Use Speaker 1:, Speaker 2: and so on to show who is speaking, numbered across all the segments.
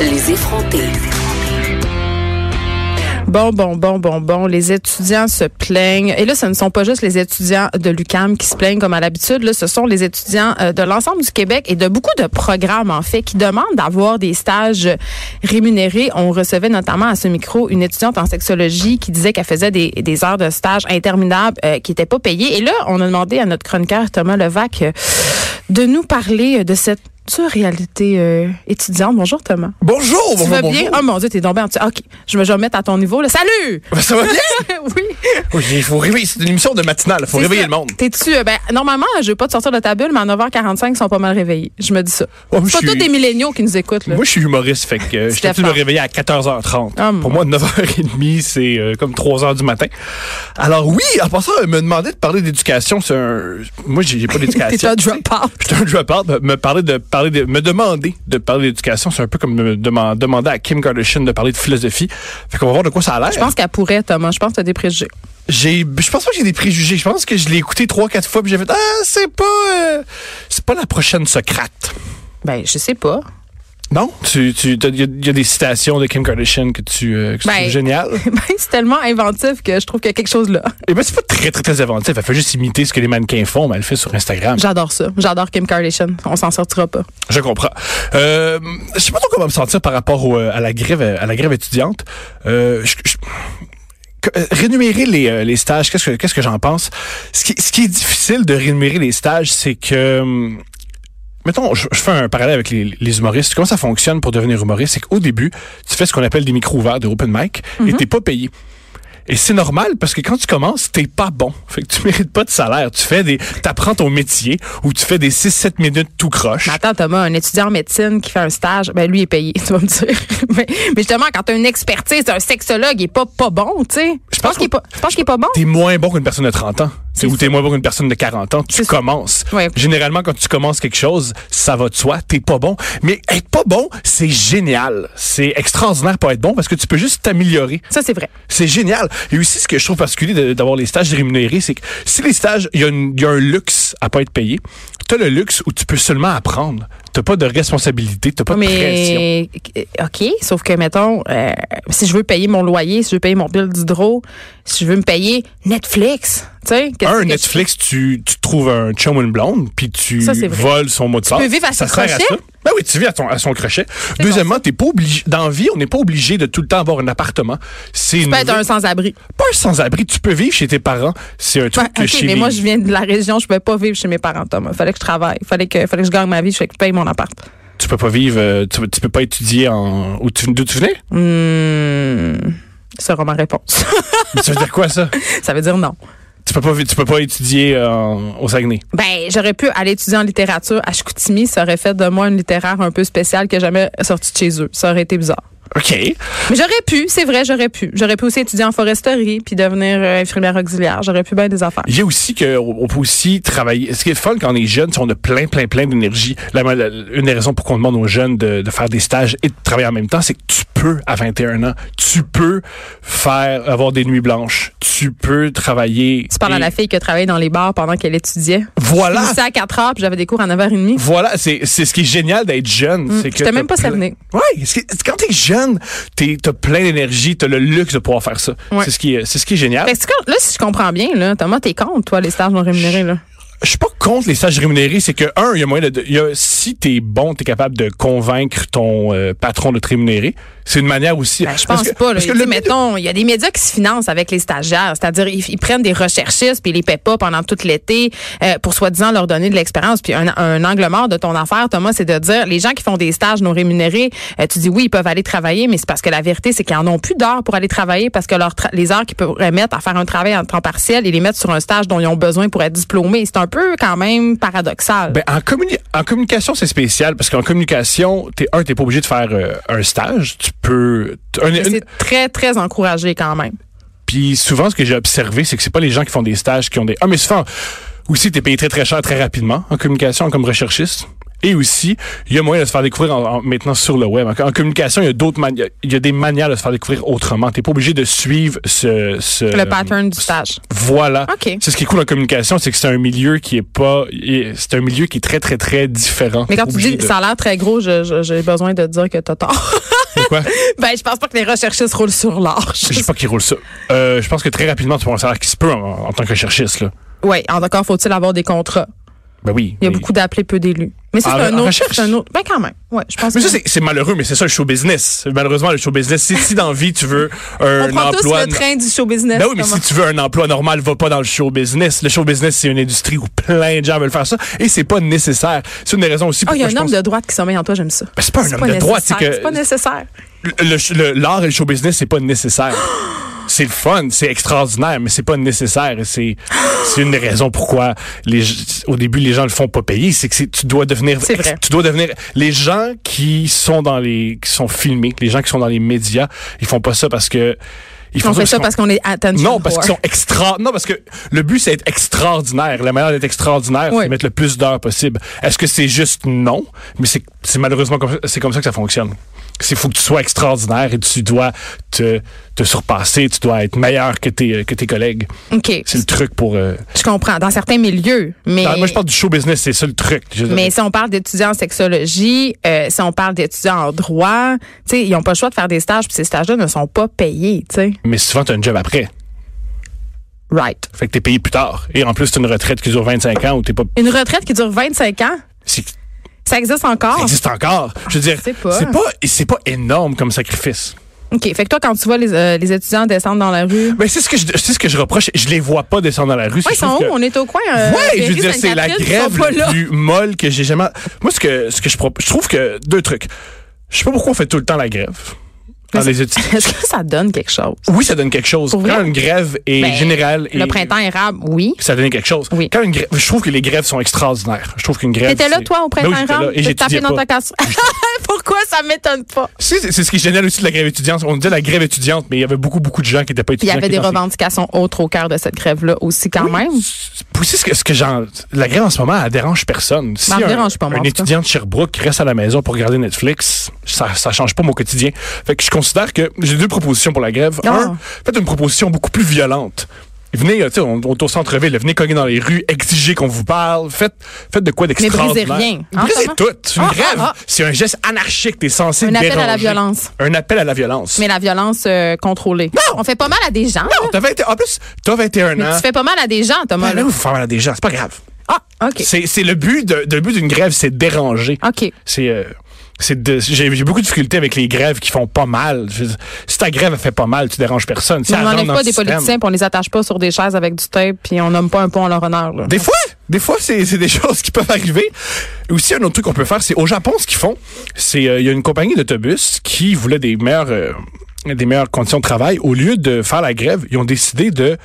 Speaker 1: Les effrontés.
Speaker 2: Bon, bon, bon, bon, bon, les étudiants se plaignent. Et là, ce ne sont pas juste les étudiants de l'UCAM qui se plaignent comme à l'habitude. Là, ce sont les étudiants euh, de l'ensemble du Québec et de beaucoup de programmes, en fait, qui demandent d'avoir des stages rémunérés. On recevait notamment à ce micro une étudiante en sexologie qui disait qu'elle faisait des, des heures de stage interminables euh, qui n'étaient pas payées. Et là, on a demandé à notre chroniqueur Thomas Levac euh, de nous parler euh, de cette dure réalité euh, étudiante. Bonjour Thomas.
Speaker 3: Bonjour,
Speaker 2: Tu
Speaker 3: bonjour,
Speaker 2: vas bien?
Speaker 3: bonjour.
Speaker 2: Oh mon Dieu, t'es tombé en dessous. OK, je me je vais me mettre à ton niveau. Là. Salut!
Speaker 3: Ben, Ça va bien?
Speaker 2: oui.
Speaker 3: Oui, il faut réveiller. C'est une émission de matinale. Il faut
Speaker 2: C'est
Speaker 3: réveiller
Speaker 2: ça.
Speaker 3: le monde.
Speaker 2: T'es-tu. euh, ben, normalement, je veux pas te sortir de ta bulle, mais à 9h45, ils sont pas mal réveillés. Je me dis ça.
Speaker 3: Oh, moi,
Speaker 2: C'est pas
Speaker 3: je suis-
Speaker 2: tous des milléniaux qui nous écoutent, là.
Speaker 3: Moi, je suis humoriste, fait que euh, je suis habitué de
Speaker 2: d'accord.
Speaker 3: me réveiller à 14h30.
Speaker 2: Ah, mon
Speaker 3: Pour moi, 9h30, c'est euh, comme 3h du matin. Alors oui, en passant, euh, me demander de parler d'éducation, c'est un... Moi, j'ai j'ai pas d'éducation.
Speaker 2: T'es un drop-out.
Speaker 3: J'étais un dropout, mais me parler de parler de, me demander de parler d'éducation, c'est un peu comme me demand- demander à Kim Kardashian de parler de philosophie. Fait qu'on va voir de quoi ça a l'air.
Speaker 2: Je pense qu'elle pourrait, Thomas. Je pense que t'as des préjugés.
Speaker 3: J'ai, je pense pas que j'ai des préjugés. Je pense que je l'ai écouté trois, quatre fois puis j'ai fait ah c'est pas, euh, c'est pas la prochaine Socrate.
Speaker 2: Ben, je sais pas.
Speaker 3: Non, tu, tu, il y, a- y a des citations de Kim Kardashian que tu, euh, que tu
Speaker 2: Ben.
Speaker 3: trouves géniales.
Speaker 2: Ben, c'est tellement inventif que je trouve qu'il y a quelque chose là.
Speaker 3: Et ben c'est pas très très très inventif. Elle fait juste imiter ce que les mannequins font, mais elle le fait sur Instagram.
Speaker 2: J'adore ça. J'adore Kim Kardashian. On s'en sortira pas.
Speaker 3: Je comprends. Euh, je sais pas trop comment me sentir par rapport au, euh, à la grève à la grève étudiante. Euh, je- je- que- euh, rénumérer les, euh, les stages, qu'est-ce que qu'est-ce que j'en pense Ce qui ce qui est difficile de rénumérer les stages, c'est que hum, Mettons, je, je fais un parallèle avec les, les humoristes. Comment ça fonctionne pour devenir humoriste? C'est qu'au début, tu fais ce qu'on appelle des micros ouverts, des open mic, et t'es pas payé. Et c'est normal parce que quand tu commences, t'es pas bon. Fait que tu mérites pas de salaire. Tu fais des, t'apprends ton métier ou tu fais des 6-7 minutes tout croche.
Speaker 2: Mais attends, Thomas, un étudiant en médecine qui fait un stage, ben lui est payé, tu vas me dire. mais, mais justement, quand t'as une expertise, un sexologue, il est pas, pas bon, tu sais. Je pense
Speaker 3: pense
Speaker 2: qu'il est pas, je pense qu'il est pas bon.
Speaker 3: t'es moins bon qu'une personne de 30 ans.
Speaker 2: C'est
Speaker 3: ou
Speaker 2: ça.
Speaker 3: t'es moins bon qu'une personne de 40 ans. Tu
Speaker 2: C'est ça.
Speaker 3: commences.
Speaker 2: Ouais.
Speaker 3: Généralement, quand tu commences quelque chose, ça va de soi. T'es pas bon. Mais être pas bon, c'est génial. C'est extraordinaire pour être bon parce que tu peux juste t'améliorer.
Speaker 2: Ça, c'est vrai.
Speaker 3: C'est génial. Et aussi, ce que je trouve particulier de- d'avoir les stages rémunérés, c'est que si les stages, il y, a une- il y a un luxe à pas être payé, t'as le luxe où tu peux seulement apprendre. T'as pas de responsabilité, t'as pas de pression.
Speaker 2: Mais, OK, sauf que, mettons, euh, si je veux payer mon loyer, si je veux payer mon bill d'hydro, si je veux me payer Netflix, tu sais. qu'est-ce que
Speaker 3: Un,
Speaker 2: je-
Speaker 3: Netflix, tu, tu trouves un chum ou une blonde, puis tu
Speaker 2: Ça, c'est vrai.
Speaker 3: voles son mot de passe.
Speaker 2: peux vivre à
Speaker 3: ça
Speaker 2: son
Speaker 3: sert
Speaker 2: crochet?
Speaker 3: à ça. Ben oui, tu vis à, ton- à son crochet. Deuxièmement, t'es pas obligé. Dans vie, on n'est pas obligé de tout le temps avoir un appartement. C'est
Speaker 2: Tu
Speaker 3: une
Speaker 2: peux être
Speaker 3: vie-
Speaker 2: un sans-abri.
Speaker 3: pas un sans-abri. Tu peux vivre chez tes parents. C'est un truc
Speaker 2: Ouais,
Speaker 3: que
Speaker 2: OK,
Speaker 3: chez
Speaker 2: mais
Speaker 3: les-
Speaker 2: moi, je viens de la région, je pouvais pas vivre chez mes parents, Thomas. Fallait que je travaille. Fallait que, fallait que je gagne ma vie, fallait que je paye mon appart.
Speaker 3: Tu peux pas vivre. euh, Tu, tu peux pas étudier en. Où tu, d'où tu venais?
Speaker 2: Hmm, ça sera ma réponse.
Speaker 3: Mais ça veut dire quoi ça?
Speaker 2: ça veut dire non.
Speaker 3: Tu peux pas, vi- tu peux pas étudier en- au Saguenay.
Speaker 2: Ben, j'aurais pu aller étudier en littérature à Chicoutimi. Ça aurait fait de moi une littéraire un peu spéciale qui n'a jamais sorti de chez eux. Ça aurait été bizarre.
Speaker 3: OK.
Speaker 2: Mais j'aurais pu, c'est vrai, j'aurais pu. J'aurais pu aussi étudier en foresterie puis devenir euh, infirmière auxiliaire. J'aurais pu bien des affaires.
Speaker 3: Il y a aussi qu'on peut aussi travailler. Ce qui est fun quand on est jeune, c'est qu'on a plein, plein, plein d'énergie. La- la- Une des raisons pour qu'on demande aux jeunes de, de faire des stages et de travailler en même temps, c'est que tu peux, à 21 ans, tu peux faire avoir des nuits blanches. Tu peux travailler.
Speaker 2: Tu parles
Speaker 3: et
Speaker 2: à la fille qui a travaillé dans les bars pendant qu'elle étudiait.
Speaker 3: Voilà!
Speaker 2: Je finissais à 4 heures puis j'avais des cours à 9h30.
Speaker 3: Voilà, c'est c'est ce qui est génial d'être jeune. c'est que
Speaker 2: j'étais Mm. même
Speaker 3: t'as
Speaker 2: pas
Speaker 3: plein-
Speaker 2: cernée.
Speaker 3: Ouais, c'est que- quand t'es jeune, t'es- t'as plein d'énergie, t'as le luxe de pouvoir faire ça.
Speaker 2: Ouais.
Speaker 3: C'est ce qui est, c'est ce qui est génial.
Speaker 2: Fait que c'est comme- là, si je comprends bien, là, Thomas, t'es contre, toi, les stages non rémunérés, là.
Speaker 3: Je suis pas contre les stages rémunérés, c'est que un, il y a moyen de, il y a- si t'es bon, t'es capable de convaincre ton euh, patron de te rémunérer. C'est une manière aussi.
Speaker 2: Ben, je
Speaker 3: parce
Speaker 2: pense
Speaker 3: que-
Speaker 2: pas. Là.
Speaker 3: parce que
Speaker 2: Tu sais,
Speaker 3: le but de-
Speaker 2: mettons, il y a des médias qui se financent avec les stagiaires. C'est-à-dire, ils, ils prennent des recherchistes puis ils les paient pas pendant tout l'été euh, pour soi-disant leur donner de l'expérience. Puis un, un angle mort de ton affaire, Thomas, c'est de dire les gens qui font des stages non rémunérés, euh, tu dis oui, ils peuvent aller travailler, mais c'est parce que la vérité, c'est qu'ils en ont plus d'heures pour aller travailler parce que leurs tra- les heures qu'ils pourraient mettre à faire un travail en temps partiel, ils les mettent sur un stage dont ils ont besoin pour être diplômés. C'est un peu quand même paradoxal.
Speaker 3: Ben, en, communi- en communication, c'est spécial parce qu'en communication, t'es un, t'es pas obligé de faire euh, un stage. Tu peux. t- un-
Speaker 2: Mais
Speaker 3: une-
Speaker 2: c'est très, très encouragé quand même.
Speaker 3: Puis souvent, ce que j'ai observé, c'est que c'est pas les gens qui font des stages qui ont des. Ah, mais souvent aussi, t'es payé très très cher très rapidement en communication comme recherchiste. Et aussi, il y a moyen de se faire découvrir en- en- maintenant sur le web. En, en communication, il y a d'autres manières, il y a des manières de se faire découvrir autrement. T'es pas obligé de suivre ce, ce
Speaker 2: Le pattern du stage.
Speaker 3: Voilà.
Speaker 2: OK.
Speaker 3: C'est ce qui est cool en communication, c'est que c'est un milieu qui est pas, c'est un milieu qui est très très très différent.
Speaker 2: Mais quand tu
Speaker 3: Obligé
Speaker 2: dis
Speaker 3: de-
Speaker 2: ça a l'air très gros, je- je- j'ai besoin de dire que t'as tort.
Speaker 3: de quoi?
Speaker 2: ben, je pense pas que les recherchistes roulent sur l'arche.
Speaker 3: Je sais pas qui roule ça. Euh, je pense que très rapidement, tu vas en savoir qui se peut en, en tant que cherchiste, là.
Speaker 2: Oui, encore faut-il avoir des contrats.
Speaker 3: Ben oui.
Speaker 2: Il y a
Speaker 3: mais-
Speaker 2: beaucoup d'appelés, peu d'élus. Mais ça,
Speaker 3: En-
Speaker 2: c'est un
Speaker 3: en
Speaker 2: autre.
Speaker 3: recherche?
Speaker 2: C'est un autre. Ben, quand même. Ouais, je pense
Speaker 3: Mais ça,
Speaker 2: que-
Speaker 3: c'est- c'est malheureux, mais c'est ça le show business. Malheureusement, le show business, si, si dans la vie, tu veux un
Speaker 2: On prend tous
Speaker 3: emploi.
Speaker 2: le train du show business.
Speaker 3: Ben oui, mais
Speaker 2: comment?
Speaker 3: si tu veux un emploi normal, va pas dans le show business. Le show business, c'est une industrie où plein de gens veulent faire ça et c'est pas nécessaire. C'est une des raisons aussi
Speaker 2: Oh,
Speaker 3: pourquoi
Speaker 2: il y a un
Speaker 3: je
Speaker 2: homme
Speaker 3: pense-
Speaker 2: de droite qui sommeille en toi, j'aime ça.
Speaker 3: Ben, c'est pas un homme de droite, c'est
Speaker 2: nécessaire,
Speaker 3: que
Speaker 2: C'est pas nécessaire.
Speaker 3: le- le- l'art et le show business, c'est pas nécessaire. C'est le fun, c'est extraordinaire, mais c'est pas nécessaire. et C'est c'est une des raisons pourquoi les, g- au début les gens le font pas payer, c'est que c'est- tu dois devenir
Speaker 2: C'est vrai.
Speaker 3: tu dois devenir les gens qui sont dans les qui sont filmés, les gens qui sont dans les médias, ils font pas ça parce que ils font
Speaker 2: On fait ça parce
Speaker 3: parce
Speaker 2: qu'on est attention.
Speaker 3: non, parce qu'ils sont extra. Non, parce que le but, c'est d'être extraordinaire. La manière d'être extraordinaire,
Speaker 2: Oui.
Speaker 3: c'est de mettre le plus d'heures possible. Est-ce que c'est juste non? Mais c'est c'est malheureusement comme ça, c'est comme ça que ça fonctionne. C'est faut que tu sois extraordinaire et tu dois te, te surpasser, tu dois être meilleur que tes, que tes collègues.
Speaker 2: OK.
Speaker 3: C'est le truc pour. euh,
Speaker 2: Je comprends. Dans certains milieux. Mais.
Speaker 3: non, moi, je parle du show business, c'est ça le truc. Je-
Speaker 2: Mais si on parle d'étudiants en sexologie, euh, si on parle d'étudiants en droit, tu sais, ils n'ont pas le choix de faire des stages, puis ces stages-là ne sont pas payés, tu sais.
Speaker 3: Mais souvent, tu as un job après.
Speaker 2: Right.
Speaker 3: Fait que t'es payé plus tard. Et en plus, t'as une retraite qui dure 25 ans où t'es pas.
Speaker 2: Une retraite qui dure 25 ans,
Speaker 3: c'est-
Speaker 2: ça existe encore?
Speaker 3: Ça existe encore. Je veux dire,
Speaker 2: sais Ah. pas.
Speaker 3: c'est pas, c'est pas énorme comme sacrifice.
Speaker 2: OK. Fait que toi, quand tu vois les, euh, les étudiants descendre dans la rue,
Speaker 3: Ben, c'est ce que je, c'est ce que je reproche. Je les vois pas descendre dans la rue.
Speaker 2: ouais,
Speaker 3: c'est
Speaker 2: ils sont où?
Speaker 3: juste que-
Speaker 2: On est au coin. euh,
Speaker 3: Ouais, je veux
Speaker 2: Berry,
Speaker 3: dire, c'est la
Speaker 2: Sainte-Catherine, ils sont
Speaker 3: grève
Speaker 2: pas
Speaker 3: la
Speaker 2: là.
Speaker 3: plus molle que j'ai jamais. Moi, ce que, ce que je propose, je trouve que deux trucs. Je sais pas pourquoi on fait tout le temps la grève. Dans
Speaker 2: Mais
Speaker 3: les études.
Speaker 2: Est-ce que ça donne quelque chose?
Speaker 3: Oui, ça donne quelque chose.
Speaker 2: Pour
Speaker 3: Quand
Speaker 2: vrai?
Speaker 3: une grève est
Speaker 2: Ben,
Speaker 3: générale et
Speaker 2: Le printemps érable, oui.
Speaker 3: ça donne quelque chose.
Speaker 2: Oui.
Speaker 3: Quand une grève, je trouve que les grèves sont extraordinaires. Je trouve qu'une grève.
Speaker 2: T'étais là,
Speaker 3: c'est-
Speaker 2: toi, au
Speaker 3: Ben oui,
Speaker 2: printemps
Speaker 3: j'étais
Speaker 2: érable?
Speaker 3: là, et
Speaker 2: T'as tapé
Speaker 3: j'étudiais
Speaker 2: dans
Speaker 3: pas.
Speaker 2: ta casse. Pourquoi ça m'étonne pas?
Speaker 3: Tu sais, C'est, c'est ce qui est génial aussi de la grève étudiante. On disait la grève étudiante, mais il y avait beaucoup, beaucoup de gens qui n'étaient pas
Speaker 2: Puis il y
Speaker 3: étudiants.
Speaker 2: avait
Speaker 3: qui
Speaker 2: des
Speaker 3: étaient dans ces-
Speaker 2: revendications autres au cœur de cette grève-là aussi, quand même.
Speaker 3: Puis aussi, ce que, ce que j'en- la grève en ce moment, elle dérange personne. Si
Speaker 2: Ben, elle
Speaker 3: un,
Speaker 2: dérange pas, moi,
Speaker 3: un
Speaker 2: en tout cas.
Speaker 3: étudiant de Sherbrooke qui reste à la maison pour regarder Netflix, ça, ça change pas mon quotidien. Fait que je considère que j'ai deux propositions pour la grève.
Speaker 2: Ah.
Speaker 3: Un, faites une proposition beaucoup plus violente. Venez, euh, tu sais, on, on est au centre-ville, venez cogner dans les rues, exigez qu'on vous parle, faites, faites de quoi d'extraordinaire.
Speaker 2: brisez rien, hein,
Speaker 3: Brisez
Speaker 2: Thomas?
Speaker 3: tout. C'est Une
Speaker 2: Ah,
Speaker 3: grève,
Speaker 2: ah, ah.
Speaker 3: c'est un geste anarchique, t'es censé
Speaker 2: Un appel à la
Speaker 3: déranger.
Speaker 2: violence.
Speaker 3: Un appel à la violence.
Speaker 2: Mais la violence euh, contrôlée.
Speaker 3: Non!
Speaker 2: On fait pas mal à des gens.
Speaker 3: non, t'as Hein? 21 en plus, t'as 21
Speaker 2: Mais
Speaker 3: ans.
Speaker 2: tu fais pas mal à des gens, Thomas.
Speaker 3: Ah, là,
Speaker 2: là.
Speaker 3: vous faire mal à des gens, c'est pas grave.
Speaker 2: Ah, OK. Ah.
Speaker 3: C'est c'est le but de, le but d'une grève, c'est de déranger.
Speaker 2: OK.
Speaker 3: C'est euh, c'est de- j'ai j'ai beaucoup de difficultés avec les grèves qui font pas mal. Je veux dire, Si ta grève elle fait pas mal, tu déranges personne. Si
Speaker 2: Mais
Speaker 3: elle
Speaker 2: on
Speaker 3: rentre
Speaker 2: n'enlève
Speaker 3: dans
Speaker 2: pas
Speaker 3: le
Speaker 2: des
Speaker 3: système-
Speaker 2: politiciens, puis on les attache pas sur des chaises avec du tape, puis on nomme pas un pont à leur honneur. là.
Speaker 3: Des fois, des fois c'est c'est des choses qui peuvent arriver. Aussi un autre truc qu'on peut faire, c'est au Japon ce qu'ils font, c'est euh, il y a une compagnie d'autobus qui voulait des meilleures euh, des meilleures conditions de travail au lieu de faire la grève, ils ont décidé de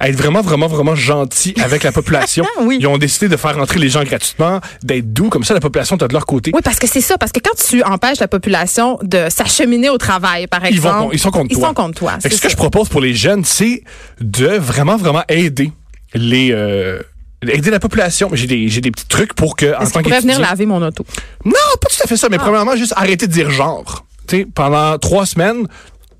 Speaker 3: être vraiment vraiment vraiment gentils avec la population.
Speaker 2: Oui.
Speaker 3: Ils ont décidé de faire entrer les gens gratuitement, d'être doux comme ça la population t'as de leur côté.
Speaker 2: Oui, parce que c'est ça. Parce que quand tu empêches la population de s'acheminer au travail, par
Speaker 3: Ils
Speaker 2: exemple.
Speaker 3: vont con- ils sont contre
Speaker 2: ils
Speaker 3: toi.
Speaker 2: sont contre toi.
Speaker 3: Fait que
Speaker 2: Ah, c'est
Speaker 3: ce que
Speaker 2: ça.
Speaker 3: je propose pour les jeunes, c'est de vraiment, vraiment aider les. euh, aider la population. J'ai des, j'ai des petits trucs pour que, en
Speaker 2: Est-ce
Speaker 3: tant
Speaker 2: qu'ils pourraient venir Ah. laver
Speaker 3: qu'étudiant...
Speaker 2: mon auto?
Speaker 3: Non, pas tout à fait ça, mais premièrement, juste arrêter de dire genre. Tu sais, pendant trois semaines,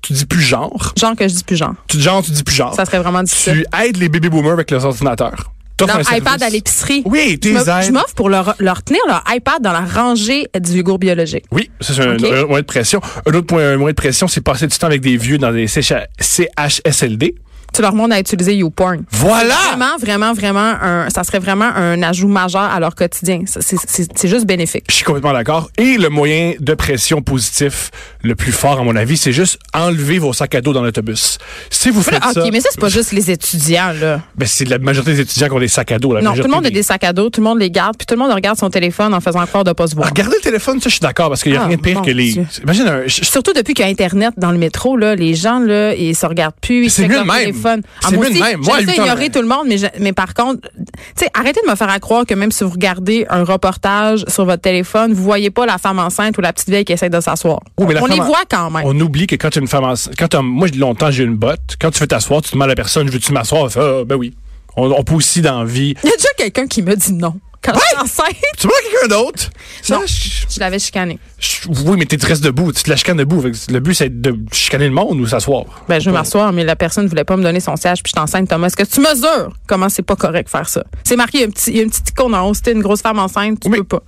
Speaker 3: tu dis plus genre.
Speaker 2: Genre que je dis plus genre.
Speaker 3: Tu dis genre, tu dis plus genre.
Speaker 2: Ça serait vraiment difficile.
Speaker 3: tu aides les baby boomers avec leurs ordinateurs. T'offres
Speaker 2: Leur
Speaker 3: un service.
Speaker 2: iPad à l'épicerie.
Speaker 3: Oui,
Speaker 2: Je
Speaker 3: tes
Speaker 2: me- je
Speaker 3: aides.
Speaker 2: m'offre pour leur, leur tenir leur iPad dans la rangée du yogourt biologique.
Speaker 3: Oui, ça, c'est un,
Speaker 2: Ok.
Speaker 3: un moyen de pression. Un autre point, un moyen de pression, c'est passer du temps avec des vieux dans des CH- CHSLD.
Speaker 2: Tu leur montres à utiliser YouPorn.
Speaker 3: Voilà!
Speaker 2: Vraiment, vraiment, vraiment, un, ça serait vraiment un ajout majeur à leur quotidien. Ça, c'est- C'est c'est juste bénéfique.
Speaker 3: Je suis complètement d'accord. Et le moyen de pression positif le plus fort, à mon avis, c'est juste enlever vos sacs à dos dans l'autobus. Si vous faites
Speaker 2: OK,
Speaker 3: ça,
Speaker 2: mais ça, c'est pas juste les étudiants, là.
Speaker 3: ben, c'est la majorité des étudiants qui ont des sacs à dos. La
Speaker 2: Non, tout
Speaker 3: majorité
Speaker 2: le monde a
Speaker 3: des-
Speaker 2: des sacs à dos, tout le monde les garde, puis tout le monde regarde son téléphone en faisant croire de pas se voir.
Speaker 3: Ah, Regardez le téléphone, ça, je suis d'accord, parce qu'il n'y a
Speaker 2: Ah,
Speaker 3: rien de pire
Speaker 2: mon
Speaker 3: que les...
Speaker 2: Dieu.
Speaker 3: Imagine un... je- je-
Speaker 2: Surtout depuis qu'il y a Internet dans le métro, là, les gens, là, ils se regardent plus, ils
Speaker 3: C'est
Speaker 2: checkent
Speaker 3: mieux
Speaker 2: leur
Speaker 3: de même.
Speaker 2: téléphone. Ah,
Speaker 3: C'est
Speaker 2: moi
Speaker 3: mieux de
Speaker 2: aussi,
Speaker 3: même. Moi, à
Speaker 2: j'aime ça
Speaker 3: huit ans,
Speaker 2: ignorer
Speaker 3: même.
Speaker 2: tout le monde, mais, je- mais par contre, tu sais, arrêtez de me faire à croire que même si vous regardez un reportage sur votre téléphone, vous voyez pas la femme enceinte ou la petite vieille qui essaie de s'asseoir.
Speaker 3: Oui, mais la
Speaker 2: On les
Speaker 3: femme en-
Speaker 2: voit quand même.
Speaker 3: On oublie que quand tu as une femme enceinte- quand t'as- moi longtemps j'ai eu une botte, quand tu veux t'asseoir, tu demandes à la personne, veux-tu m'asseoir? Elle fait, Ah, ben oui. On, on peut aussi dans la vie.
Speaker 2: Il y a déjà quelqu'un qui me dit non. quand
Speaker 3: Ouais!
Speaker 2: j'étais enceinte.
Speaker 3: Tu vois quelqu'un d'autre? Ça,
Speaker 2: Non.
Speaker 3: je-
Speaker 2: Je l'avais chicané.
Speaker 3: je- oui, mais t'es tu restes debout. Tu te la chicanes debout. Fait que Le but, c'est de chicaner le monde ou s'asseoir.
Speaker 2: Ben, je veux
Speaker 3: Bon.
Speaker 2: m'asseoir, mais la personne voulait pas me donner son siège, puis je suis enceinte, Thomas. Est-ce que tu mesures comment c'est pas correct de faire ça? C'est marqué, il y a, un petit, il y a une petite icône en haut, c'était une grosse femme enceinte, tu
Speaker 3: Oui, mais-
Speaker 2: peux pas.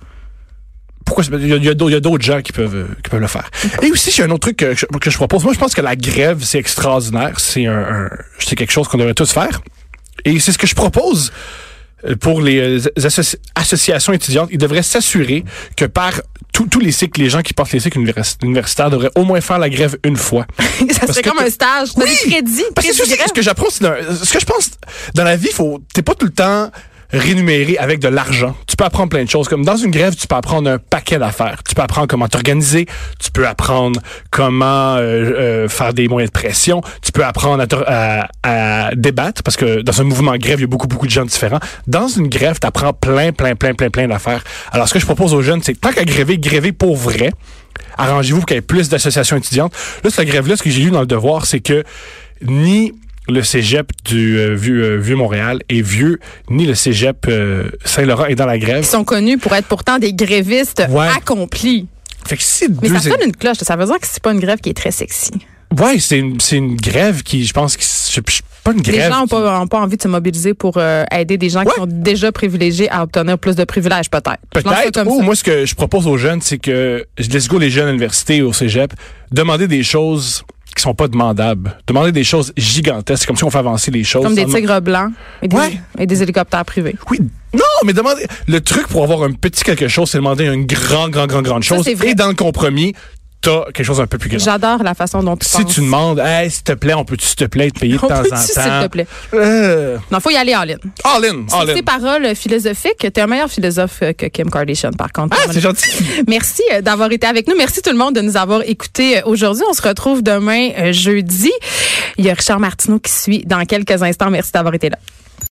Speaker 3: Pourquoi c'est- il y a- il y a, d'autres- il y a d'autres gens qui peuvent euh, qui peuvent le faire. Et aussi, il y a un autre truc que je, que je propose. Moi, je pense que la grève, c'est extraordinaire. C'est un, un- c'est quelque chose qu'on devrait tous faire. Et c'est ce que je propose euh, pour les euh, les associ- associations étudiantes. Ils devraient s'assurer que par tous tous les cycles, les gens qui portent les cycles univers- universitaires devraient au moins faire la grève une fois.
Speaker 2: ça serait
Speaker 3: que
Speaker 2: comme
Speaker 3: t'as-
Speaker 2: un stage. T'as des crédits.
Speaker 3: Parce que
Speaker 2: crédits
Speaker 3: c'est aussi
Speaker 2: grèves.
Speaker 3: ce que j'apprends, c'est d'un- ce que je pense dans la vie, faut t'es pas tout le temps rémunéré avec de l'argent. Tu peux apprendre plein de choses. Comme dans une grève, tu peux apprendre un paquet d'affaires. Tu peux apprendre comment t'organiser. Tu peux apprendre comment euh, euh, faire des moyens de pression. Tu peux apprendre à, t'or- à- à débattre parce que dans un mouvement de grève, il y a beaucoup beaucoup de gens différents. Dans une grève, t'apprends plein plein plein plein plein d'affaires. Alors ce que je propose aux jeunes, c'est que tant qu'à gréver, gréver pour vrai. Arrangez-vous pour qu'il y ait plus d'associations étudiantes. Là, cette grève-là, ce que j'ai lu dans le devoir, c'est que ni le cégep du euh, vieux, euh, vieux Montréal est vieux, ni le cégep euh, Saint-Laurent est dans la grève.
Speaker 2: Ils sont connus pour être pourtant des grévistes
Speaker 3: Ouais.
Speaker 2: accomplis.
Speaker 3: Fait que si
Speaker 2: Mais
Speaker 3: deux-
Speaker 2: ça sonne une cloche. Ça veut dire que c'est pas une grève qui est très sexy.
Speaker 3: Ouais, c'est une, c'est une grève qui, je pense, que c'est je- je- pas une
Speaker 2: Les
Speaker 3: grève.
Speaker 2: gens n'ont pas, ont pas envie de se mobiliser pour euh, aider des gens
Speaker 3: Ouais.
Speaker 2: qui sont déjà privilégiés à obtenir plus de privilèges, peut-être. Je lance ça
Speaker 3: Peut-être.
Speaker 2: comme
Speaker 3: Ou
Speaker 2: ça.
Speaker 3: moi, ce que je propose aux jeunes, c'est que let's go les jeunes à l'université au cégep, demander des choses qui sont pas demandables. Demander des choses gigantesques. C'est comme si on fait avancer les choses.
Speaker 2: Comme des
Speaker 3: sans-
Speaker 2: tigres blancs et des,
Speaker 3: Ouais.
Speaker 2: et des hélicoptères privés.
Speaker 3: Oui. Non, mais demandez. Le truc pour avoir un petit quelque chose, c'est demander une grande, grande, grande, grande chose.
Speaker 2: c'est vrai.
Speaker 3: Et dans le compromis, t'as quelque chose un peu plus grand.
Speaker 2: J'adore la façon dont tu
Speaker 3: Si
Speaker 2: penses.
Speaker 3: tu demandes, hey, s'il te plaît, on peut-tu, s'il te plaît, te payer de
Speaker 2: On
Speaker 3: temps en
Speaker 2: peut-tu,
Speaker 3: temps?
Speaker 2: s'il te plaît?
Speaker 3: Euh,
Speaker 2: Non, faut y aller, Aline.
Speaker 3: all in,
Speaker 2: Sur
Speaker 3: all in.
Speaker 2: ces paroles philosophiques, t'es un meilleur philosophe euh, que Kim Kardashian, par contre.
Speaker 3: Ah, c'est gentil.
Speaker 2: Merci euh, d'avoir été avec nous. Merci tout le monde de nous avoir écoutés euh, aujourd'hui. On se retrouve demain, euh, jeudi. Il y a Richard Martineau qui suit dans quelques instants. Merci d'avoir été là.